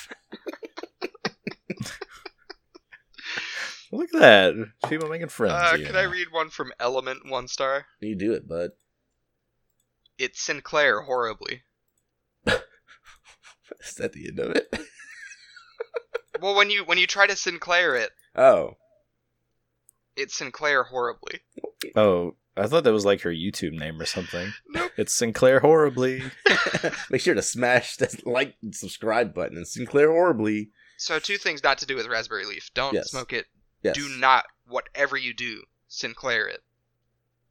Look at that. People making friends. Uh, yeah. Can I read one from Element One Star? You do it, bud. It's Sinclair horribly. Is that the end of it? Well, when you when you try to Sinclair it, Oh, it's Sinclair horribly. Oh, I thought that was like her YouTube name or something. Nope. It's Sinclair Horribly. make sure to smash that like and subscribe button. And Sinclair horribly So two things not to do with raspberry leaf: don't Yes. smoke it. Yes. Do not, whatever you do, Sinclair it,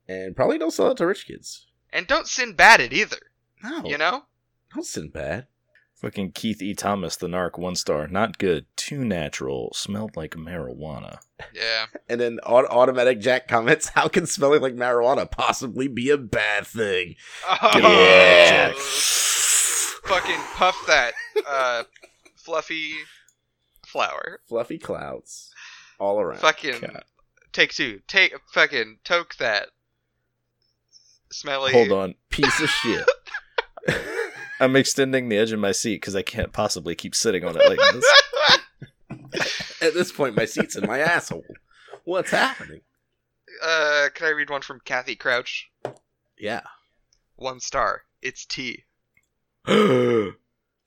and probably don't sell it to rich kids. and don't Sinbad it either. No, Oh. You know, don't send bad. Fucking Keith E. Thomas, the narc, one star. Not good. Too natural. Smelled like marijuana. yeah. And then au- automatic Jack comments, "How can smelling like marijuana possibly be a bad thing?" Oh, Get Yeah. Jack. fucking puff that uh, fluffy flower. Fluffy clouds all around. Fucking God. take two. Take fucking toke that smelly. Hold on. piece of shit. I'm extending the edge of my seat because I can't possibly keep sitting on it like this. At this point, my seat's in my asshole. What's happening? uh, can I read one from Kathy Crouch? Yeah. One star. It's tea.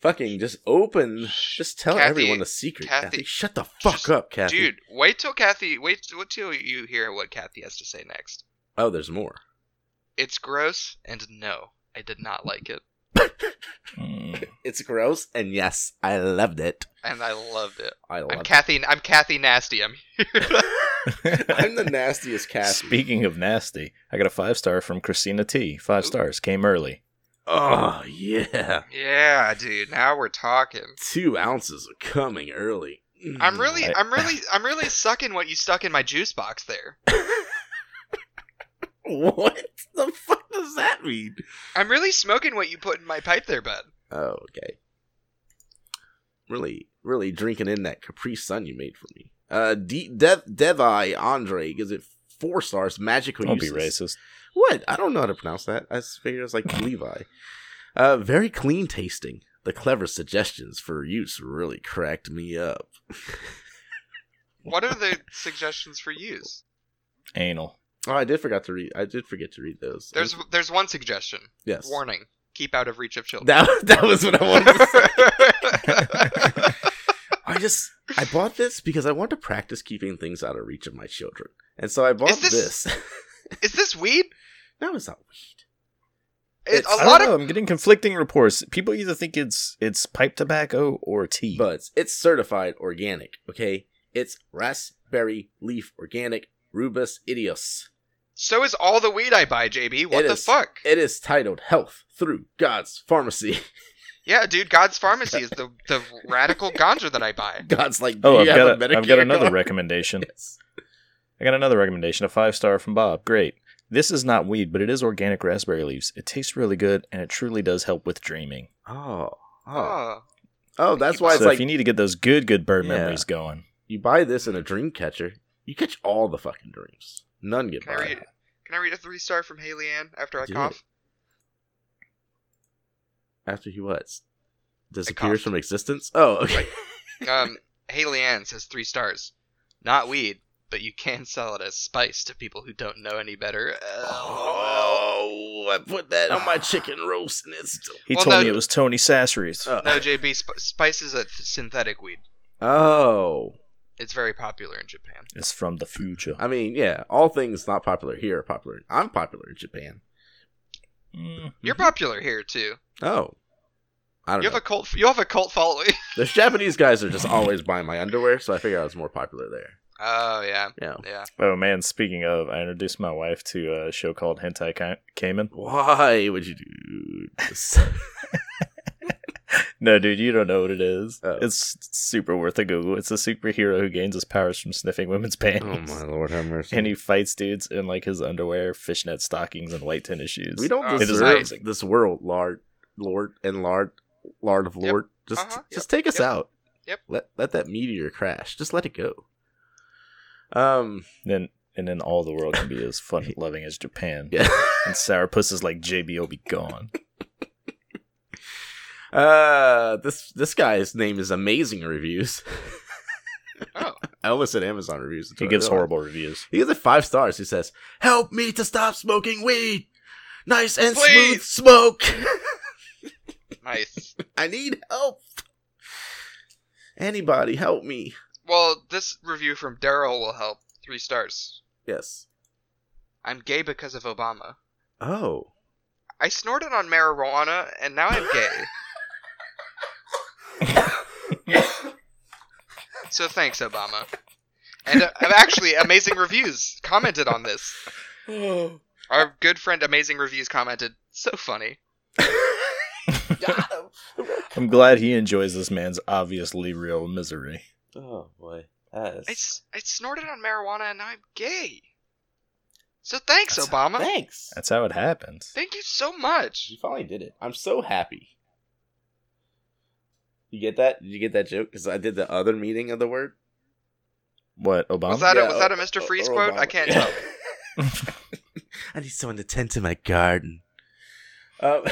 Fucking just open. Just tell Kathy- everyone the secret, Kathy. Kathy, Shut the fuck just- up, Kathy. Dude, wait till Kathy. Wait, wait till you hear what Kathy has to say next. Oh, there's more. It's gross, and no, I did not like it, Mm. It's gross, and yes, I loved it. and I loved it. I I'm loved Kathy. I'm Kathy Nasty. I'm it. I'm the nastiest Kathy. Speaking of nasty, I got a five star from Christina T. Five stars. Came early. oh, yeah. yeah, dude. Now we're talking. Two ounces of coming early. I'm really, I- I'm really, I'm really sucking what you stuck in my juice box there. What the fuck does that mean? I'm really smoking what you put in my pipe there, bud. Oh, okay. Really, really drinking in that Capri Sun you made for me. Uh, De- Dev Devi Andre gives it four stars. Magical. Don't be uses. racist. What? I don't know how to pronounce that. I just figured it was like Levi. Uh, very clean tasting. The clever suggestions for use really cracked me up. What are the suggestions for use? Anal. Oh, I did forgot to read. I did forget to read those. There's, there's one suggestion. yes. Warning: keep out of reach of children. That that was what I wanted. to say. I just I bought this because I want to practice keeping things out of reach of my children, and so I bought this- this. Is this weed? no, it's not weed. It, It's- a I lot don't know. of I'm getting conflicting reports. People either think it's it's pipe tobacco or tea. Buds. It's certified organic. Okay, it's raspberry leaf organic rubus idios. so is all the weed I buy, JB. What It the is. fuck? It is titled Health Through God's Pharmacy. Yeah, dude. God's Pharmacy is the the radical ganja that I buy. God's like, oh, "Do I've you got have a, a I've got Medicare another card?" recommendation. Yes. I got another recommendation, a five star from Bob. Great. This is not weed, but it is organic raspberry leaves. It tastes really good, and it truly does help with dreaming. Oh, oh, Oh, oh, that's why it's so like if you you, need to get those good, good bird Yeah. memories going, buy this in a dream catcher, you catch all the fucking dreams. None get can I by. read? Can I read a three star from Haley Ann after I Do cough? After he what? coughed. Disappears from existence? Oh, okay. Um, Haley Ann says three stars. Not weed, but you can sell it as spice to people who don't know any better. Uh, Oh, I put that on my chicken roast and it's still. he Well, told no- me it was Tony Sasseries. Oh. no, JB, sp- spice is a th- synthetic weed. oh. It's very popular in Japan. it's from the future. I mean, yeah, all things not popular here are popular. I'm popular in Japan. Mm. You're popular here too. Oh. Mm-hmm. I don't You know. have a cult. You have a cult following. Those Japanese guys are just always buying my underwear, so I figure I was more popular there. oh yeah, Yeah. yeah. Oh man, speaking of, I introduced my wife to a show called Hentai Ka- Kamen. Why would you do this? No, dude, you don't know what it is. Oh. It's super worth a Google. It's a superhero who gains his powers from sniffing women's oh panties. my lord, have mercy! And he fights dudes in like his underwear, fishnet stockings, and white tennis shoes. we don't Oh, it is deserve Ah. amazing. this world, Lord, Lord, and Lord, Lord of Yep. Lord. Just, Uh-huh. just take us Yep. out. Yep. Let let that meteor crash. Just let it go. Um. Then and then all the world can be as fun loving as Japan. Yeah. And sourpuss is like JBO be gone. Uh. This this guy's name is Amazing Reviews. Oh. I almost said Amazon Reviews. He gives horrible reviews. He gives it five stars. He says, "Help me to stop smoking weed. Nice and smooth Please." smoke. Nice. I need help. Anybody help me? well, this review from Daryl will help. Three stars. Yes. I'm gay because of Obama. Oh. I snorted on marijuana, and now I'm gay. So thanks, Obama. And uh, actually, amazing reviews commented on this. Oh. Our good friend Amazing Reviews commented, "So funny." I'm glad he enjoys this man's obviously real misery. Oh boy, that is... I, s- I snorted on marijuana and now I'm gay. So thanks, That's- Obama. Thanks. That's how it happens. Thank you so much. You finally did it. I'm so happy. You get that? Did you get that joke? Because I did the other meaning of the word. What Was Obama? that a, Um, yeah, was that a or- Mr. or- Freeze or quote? I Obama. can't tell. Oh, I need someone to tend to my garden. Um,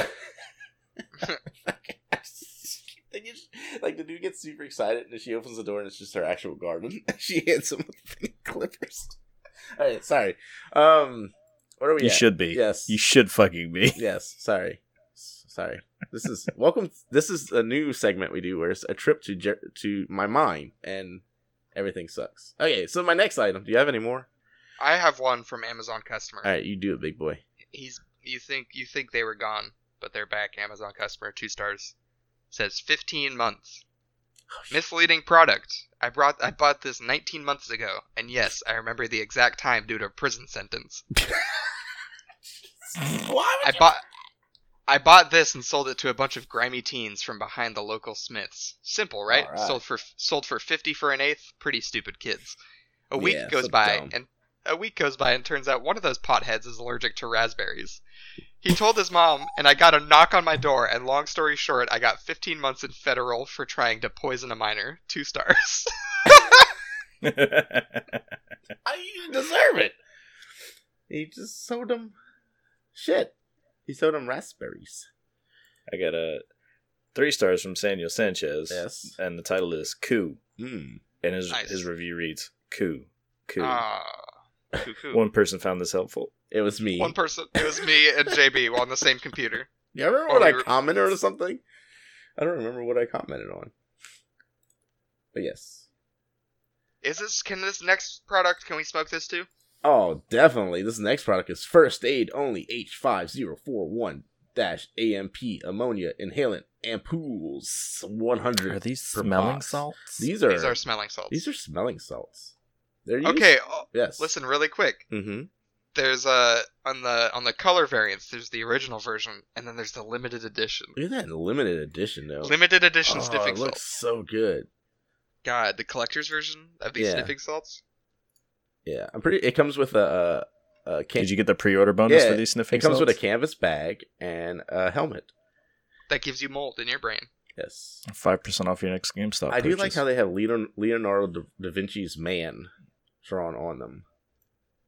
They get- like the dude gets super excited, and then she opens the door, and it's just her actual garden. she hits him with the clippers. All right, sorry. Um, what are we? you at? should be. Yes. You should fucking be. yes. Sorry. S- Sorry. This is welcome. This is a new segment we do where it's a trip to Jer- to my mind, and everything sucks. Okay, so my next item. Do you have any more? I have one from Amazon customer. All right, you do it, big boy. He's you think you think they were gone, but they're back. Amazon customer, two stars, says 15 months. Misleading product. I brought I bought this 19 months ago, and yes, I remember the exact time due to a prison sentence. Why I bought I bought this and sold it to a bunch of grimy teens from behind the local Smiths. Simple, right? Alright. Sold for sold for 50 for an eighth. Pretty stupid kids. A week Yeah, goes so by dumb. and a week goes by and turns out one of those potheads is allergic to raspberries. He told his mom, and I got a knock on my door. And long story short, I got 15 months in federal for trying to poison a minor. Two stars. I, you deserve it. He just sold him shit. He sold him raspberries. I got a three stars from Samuel Sanchez. Yes. And the title is Coup. Hmm. Mm. And his Nice. his review reads Coup. Coup. Ah, Cuckoo. One person found this helpful. It was me. One person. It was me and JB on the same computer. you remember Oh, what I you're- commented or something? I don't remember what I commented on. But yes. Is this can this next product can we smoke this too? Oh, definitely. This next product is First Aid Only H5041 AMP Ammonia Inhalant Ampoules 100. Are these per smelling box. salts? These are These are smelling salts. smelling salts. They're used- okay, oh, Yes. listen really quick. Mm-hmm. There's uh, on the on the color variants. There's the original version, and then there's the limited edition. Look at that limited edition though. Limited edition Oh, sniffing it looks salt. so good. God, the collector's version of these Yeah. sniffing salts. Yeah, I'm pretty. It comes with a a, a can- Did you get the pre-order bonus Yeah, for these sniffing It comes with a salts? canvas bag and a helmet. That gives you mold in your brain. Yes, Five percent off your next GameStop. I do like purchase. how they have Leon- Leonardo da-, da Vinci's man drawn on them.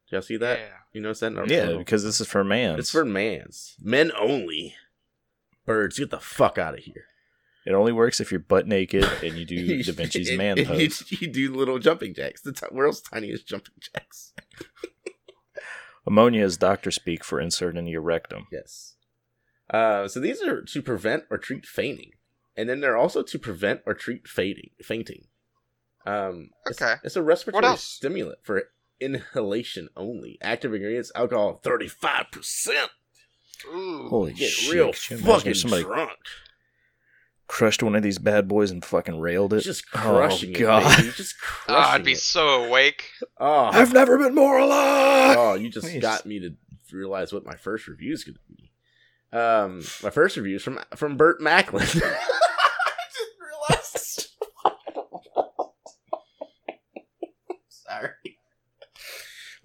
Did y'all see that? Yeah. You notice that? in our Yeah, photo? because this is for man. it's for man's men only. Birds, get the fuck out of here. It only works if you're butt naked and you do Da Vinci's And- man and you- pose. You, do little jumping jacks. The t- world's tiniest jumping jacks. Ammonia is doctor speak for insert into your rectum. Yes. Uh, so these are to prevent or treat fainting, and then they're also to prevent or treat fading, fainting. Um, it's- Okay. It's, a respiratory else? stimulant for inhalation only. Active ingredients: alcohol, thirty-five percent. Ooh. Holy Get shit! real could you imagine if fucking somebody drunk. crushed one of these bad boys and fucking railed it. Just Oh, crushing it, God. baby. Just Ah, crushing I'd be it. so awake. Oh, I've never been more alive. oh, you just Please. got me to realize what my first review is going to be. Um, my first review is from from Burt Macklin. I just realized. Sorry.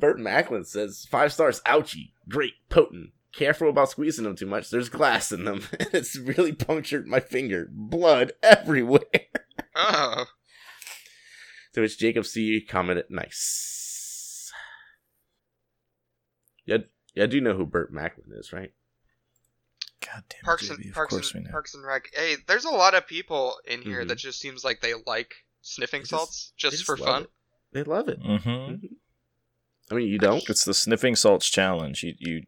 Burt Macklin says five stars. Ouchie, great, potent. Careful about squeezing them too much. There's glass in them, and it's really punctured my finger. Blood everywhere. Oh, To which Jacob C commented, "Nice." Yeah, yeah, I do know who Burt Macklin is, right? God damn it, Parks and JB, of Parks course and we know. Parks and Rec. Hey, there's a lot of people in here Mhm. that just seems like they like sniffing They just- salts They just, for love fun. it. They love it. Mm-hmm. Mhm. I mean, you don't. It's the sniffing salts challenge. You you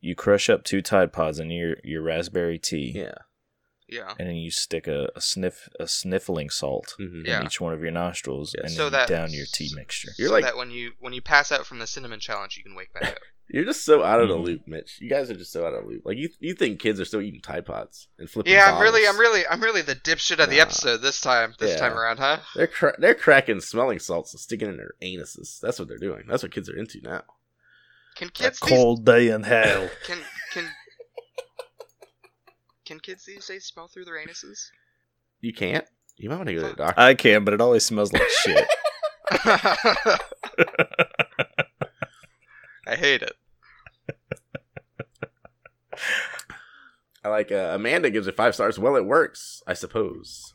you crush up two Tide Pods in your your raspberry tea. Yeah, Yeah. and then you stick a, a sniff a sniffling salt Mhm. Yeah. in each one of your nostrils, Yes. and So then that- down your tea mixture. You're so like- that when you when you pass out from the cinnamon challenge, you can wake back up. You're just so out of the Mhm. loop, Mitch. You guys are just so out of the loop. Like you, you think kids are still eating Tide Pods and flipping. yeah, I'm really, bottles. I'm really, I'm really the dipshit of the Nah. episode this time. This Yeah. time around, huh? They're cra- they're cracking smelling salts and sticking it in their anuses. That's what they're doing. That's what kids are into now. Can kids these day in hell. Can can can kids these days smell through their anuses? You can't. You might want to go to the Fuck. doctor. I can, but it always smells like shit. I hate it. I like uh, Amanda gives it five stars. Well, it works, I suppose.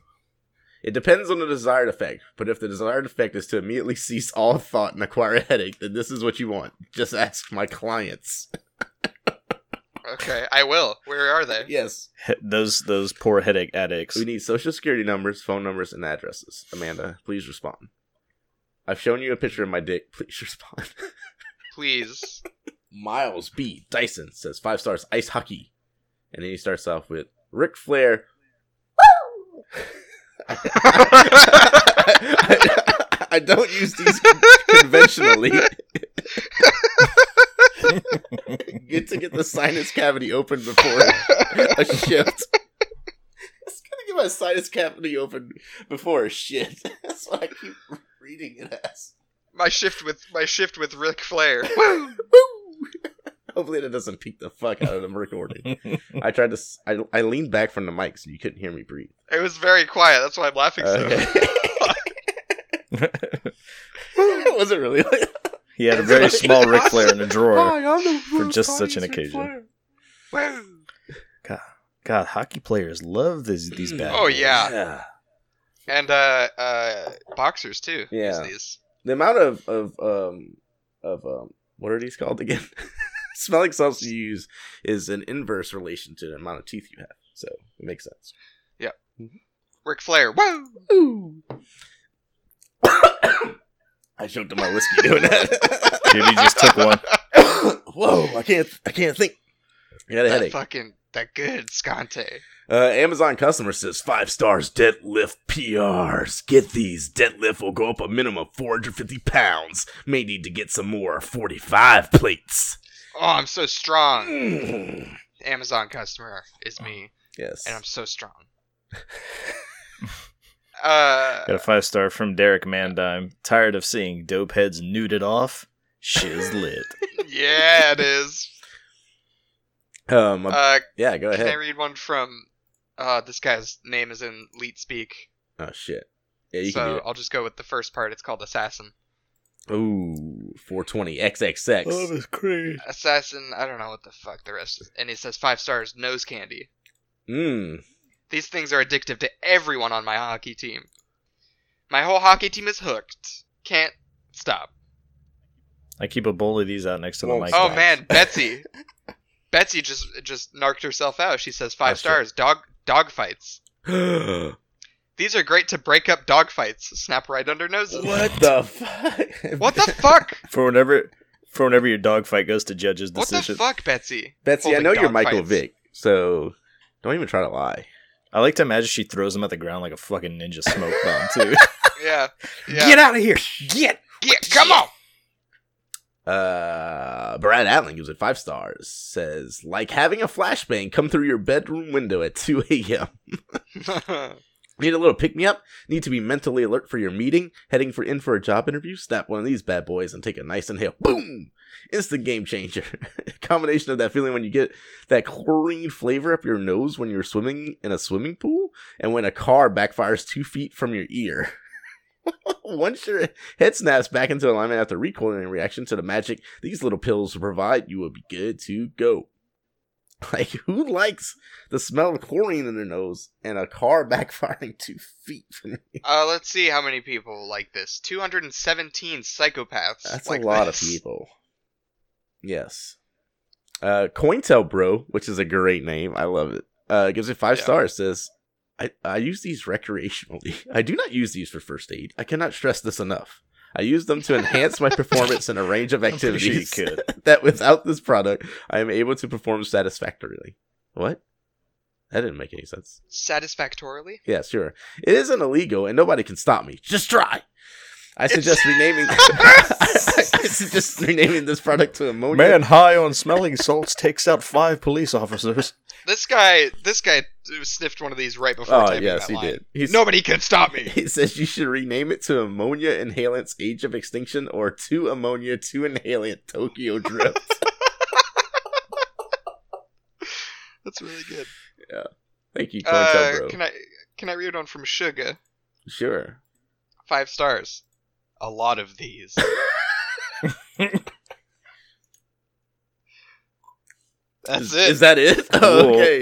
It depends on the desired effect, but if the desired effect is to immediately cease all thought and acquire a headache, then this is what you want. Just ask my clients. Okay, I will. Where are they? yes, He- those those poor headache addicts. we need social security numbers, phone numbers, and addresses. Amanda, please respond. I've shown you a picture of my dick. Please respond. Please. Miles B. Dyson says five stars ice hockey. And then he starts off with Ric Flair. I, I don't use these conventionally. Get to get the sinus cavity open before a shift. It's gonna get my sinus cavity open before a shit. That's why I keep reading it as. my shift with my shift with Ric Flair. Hopefully that doesn't peek the fuck out of them recording. I tried to. s- I, I leaned back from the mic so you couldn't hear me breathe. It was very quiet. That's why I'm laughing so. Okay. it wasn't really. Like, he had a very small Ric Flair in a drawer. I'm the For just such an occasion. Woo. God, hockey players love these these bad. Oh, boys. yeah. and uh, uh, boxers too. use Yeah. These. The amount of of um of um what are these called again? Smelling salts you use is an inverse relation to the amount of teeth you have, so it makes sense. Ric Flair. Woo. Ooh. I choked on my whiskey doing that. Dude, he just took one. Whoa! I can't. I can't think. I got a That headache. fucking that good Scante. Uh, Amazon customer says five stars deadlift PRs. Get these. Deadlift will go up a minimum of 450 pounds. May need to get some more 45 plates. Mm. Oh, I'm so strong. yes. Amazon customer is me, and I'm so strong. Got uh, a five star from Derek Mandime. Tired of seeing dope heads nuded off. Shiz lit. yeah, it is. um, I'm- Uh, yeah, go can I ahead. read one from? Uh, this guy's name is in Leet Speak, Oh, shit. Yeah, you so uh, can I'll just go with the first part. It's called Assassin. do it. Ooh, 420 XXX. is crazy. Assassin. I don't know what the fuck the rest is. And he says five stars nose candy. Mmm. These things are addictive to everyone on my hockey team. My whole hockey team is hooked. Can't stop. I keep a bowl of these out next to the Won't mic. stop. Oh box. man, Betsy. Betsy just just narked herself out. She says Oh, five shit. stars. Dog dog fights. These are great to break up dog fights. Snap right under noses. what the fuck? What the fuck? For whenever, for whenever your dog fight goes to judges' what the decision. fuck, Betsy? Betsy, I Holding know you're dog Michael fights. Vick, so don't even try to lie. I like to imagine she throws them at the ground like a fucking ninja smoke bomb too. Yeah. Yeah. out of here! Get. Get- come on. Uh, Brad Allen gives it five stars. Says like having a flashbang come through your bedroom window at 2 a.m. Need a little pick me up? Need to be mentally alert for your meeting? Heading for in for a job interview? Snap one of these bad boys and take a nice inhale. Boom! Instant game changer. Combination of that feeling when you get that chlorine flavor up your nose when you're swimming in a swimming pool, and when a car backfires two feet from your ear. Once your head snaps back into alignment after recoiling in reaction to the magic these little pills provide, you will be good to go. Like, who likes the smell of chlorine in their nose and a car backfiring two feet from them? uh, let's see how many people like this. 217 psychopaths. That's like a lot this. of people. Yes. Uh, Cointel Bro, which is a great name, I love it. Uh, gives it five Yeah. stars. Says, I, "I use these recreationally. I do not use these for first aid. I cannot stress this enough. I use them to enhance my performance in a range of I'm pretty sure you activities could. that without this product, I am able to perform satisfactorily." What? That didn't make any sense. satisfactorily. Yeah, sure. It isn't illegal, and nobody can stop me. Just try. I suggest renaming. I suggest renaming this product to ammonia. Man high on smelling salts takes out five police officers. This guy, this guy sniffed one of these right before oh typing yes, that he line. did. He's, Nobody can stop me. He says you should rename it to Ammonia Inhalant's Age of Extinction or Two Ammonia Two Inhalant Tokyo Drift. That's really good. Thank you, Cointel, Uh, bro. can I can I read one from Sugar? Sure. Five stars. A lot of these. That's is, it. is that it? Cool. okay.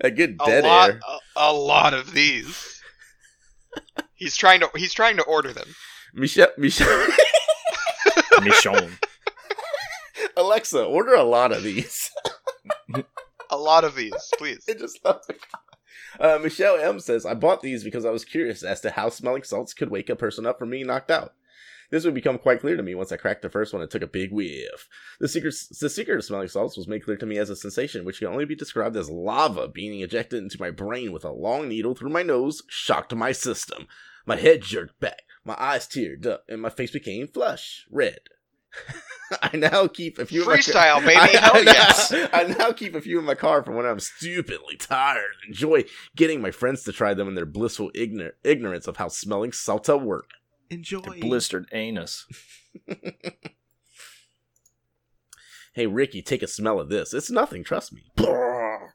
A good a dead lot? air. A, a lot of these. he's trying to he's trying to order them. Michelle, Michelle, Michonne. Alexa, order a lot of these. A lot of these, please. I just love the comment. Uh, Michelle M says, I bought these because I was curious as to how smelling salts could wake a person up from being knocked out. This would become quite clear to me once I cracked the first one and took a big whiff. The secret, the secret of smelling salts was made clear to me as a sensation which can only be described as lava being ejected into my brain with a long needle through my nose, shocked my system. My head jerked back, my eyes teared up, and my face became flush, red. I now keep a few of my- Freestyle, baby. I, I Hell now, yes. I now keep a few in my car for when I'm stupidly tired. and Enjoy getting my friends to try them in their blissful ignor- ignorance of how smelling salta work. Enjoy. The blistered anus. hey, Ricky, take a smell of this. It's nothing, trust me. Brrr.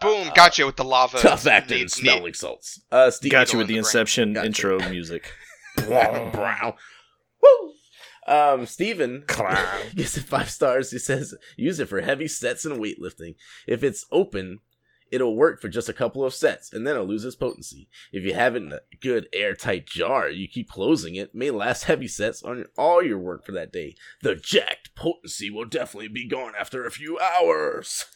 Boom, Uh, gotcha with the lava. Tough acting Uh, Need- smelling need- salts. Uh, Steve, Got you needle in with the the brain. Inception Gotcha. intro music. Oh. brown, brown. Woo! Um, Steven Clown. gives it five stars. He says, use it for heavy sets and weightlifting. If it's open, it'll work for just a couple of sets, and then it'll lose its potency. If you have it in a good airtight jar, you keep closing it, may last heavy sets on all your work for that day. The jacked potency will definitely be gone after a few hours.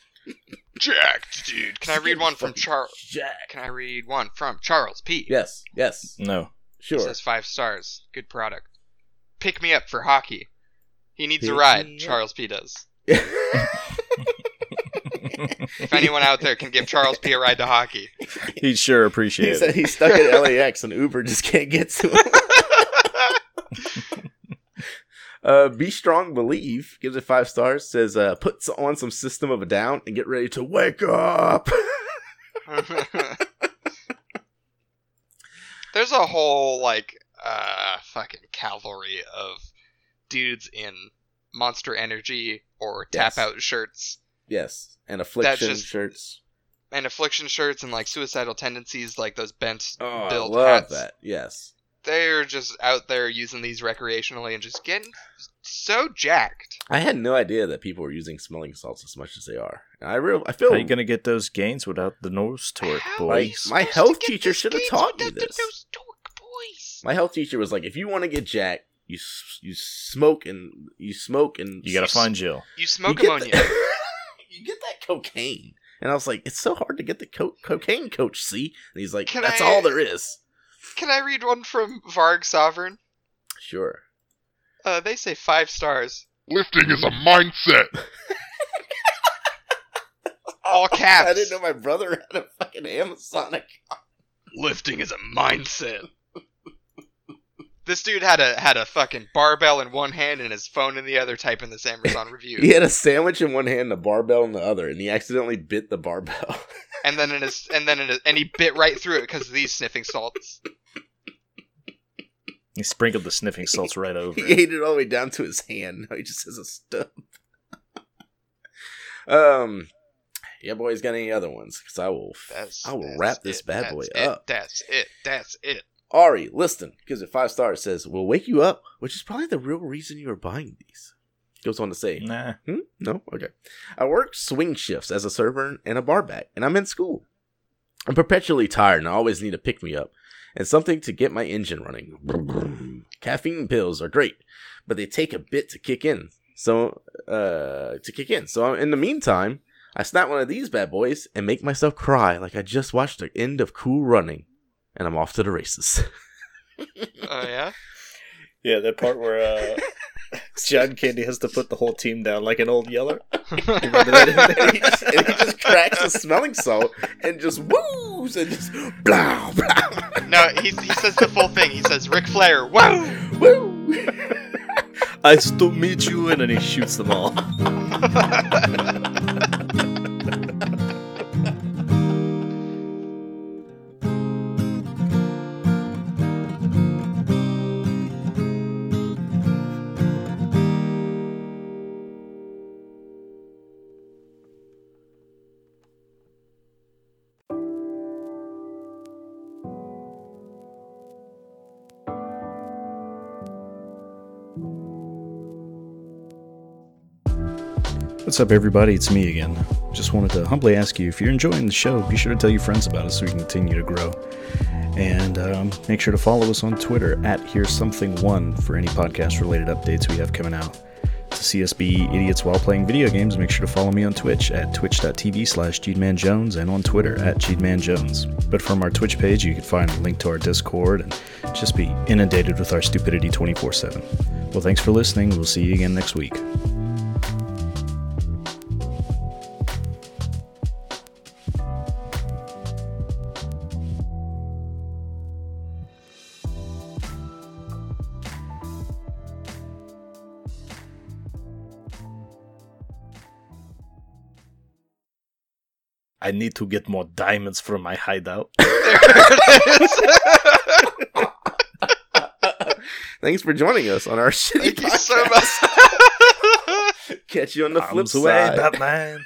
Jacked, dude. Can I read one from Fucking Charles? Jack. Can I read one from Charles P? Yes, yes, No. He sure. says five stars. Good product. Pick me up for hockey. He needs Pick a me ride. up. Charles P does. If anyone out there can give Charles P a ride to hockey, He'd sure he appreciate said it. he's stuck at LAX and Uber just can't get to him. Uh, Be Strong Believe gives it five stars, says, uh, puts on some system of a down and get ready to wake up. there's a whole like uh fucking cavalry of dudes in Monster Energy or Yes. tap out shirts yes. And affliction just- shirts. and affliction shirts and like suicidal tendencies, like those bent Oh, I built love hats. that. Yes. They're just out there using these recreationally and just getting so jacked. I had no idea that people were using smelling salts as much as they are. And I real I feel How you gonna get those gains without the nose torque, How are you boys? my supposed to health get teacher these should have kids taught me without the- this. Those dork boys. my health teacher was like, if you want to get jacked, you s- you smoke and you smoke and You gotta find Jill. You smoke you get ammonia. the- you get that cocaine. And I was like, it's so hard to get the co- cocaine coach, see? And he's like, Can that's I- all there is. Can I read one from Varg Sovereign? Sure. Uh, they say five stars. Lifting is a mindset. All caps. Oh, I didn't know my brother had a fucking Amazon account. Lifting is a mindset. this dude had a had a fucking barbell in one hand and his phone in the other, typing this Amazon review. He had a sandwich in one hand and a barbell in the other, and he accidentally bit the barbell. And then in his and then in his, and he bit right through it because of these sniffing salts. He sprinkled the sniffing salts right over. he it. ate it all the way down to his hand. Now he just has a stump. um, yeah, boys, got any other ones? Because I will, That's, I will that's wrap this it, bad that's boy it, up. That's it. That's it. Ari, listen, gives it five stars. Says we'll wake you up, which is probably the real reason you are buying these. Goes on to say, Nah. Hmm? No? Okay. I work swing shifts as a server and a barback, and I'm in school. I'm perpetually tired and I always need a pick me up and something to get my engine running. Caffeine pills are great, but they take a bit to kick in. So, uh, to kick in. So, in the meantime, I snap one of these bad boys and make myself cry like I just watched the end of Cool Running, and I'm off to the races. Oh yeah. Yeah, that part where uh John Candy has to put the whole team down like an old yeller. Remember that? and, he just, and he just cracks a smelling salt and just woos and just blah blah no, he, he says the full thing. He says Ric Flair. Whoa! woo. Nice to meet you, and then he shoots them all. What's up, everybody? It's me again. Just wanted to humbly ask you if you're enjoying the show, be sure to tell your friends about us so we can continue to grow. And um, make sure to follow us on Twitter at Here's Something One for any podcast related updates we have coming out. To see us be idiots while playing video games, make sure to follow me on Twitch at twitch.tv slash Jones and on Twitter at Jones. But from our Twitch page, you can find a link to our Discord and just be inundated with our stupidity 24 7. Well, thanks for listening. We'll see you again next week. I need to get more diamonds from my hideout. There it is. Thanks for joining us on our shitty Thank you so podcast. much. Catch you on the flip Arms away, side. Batman.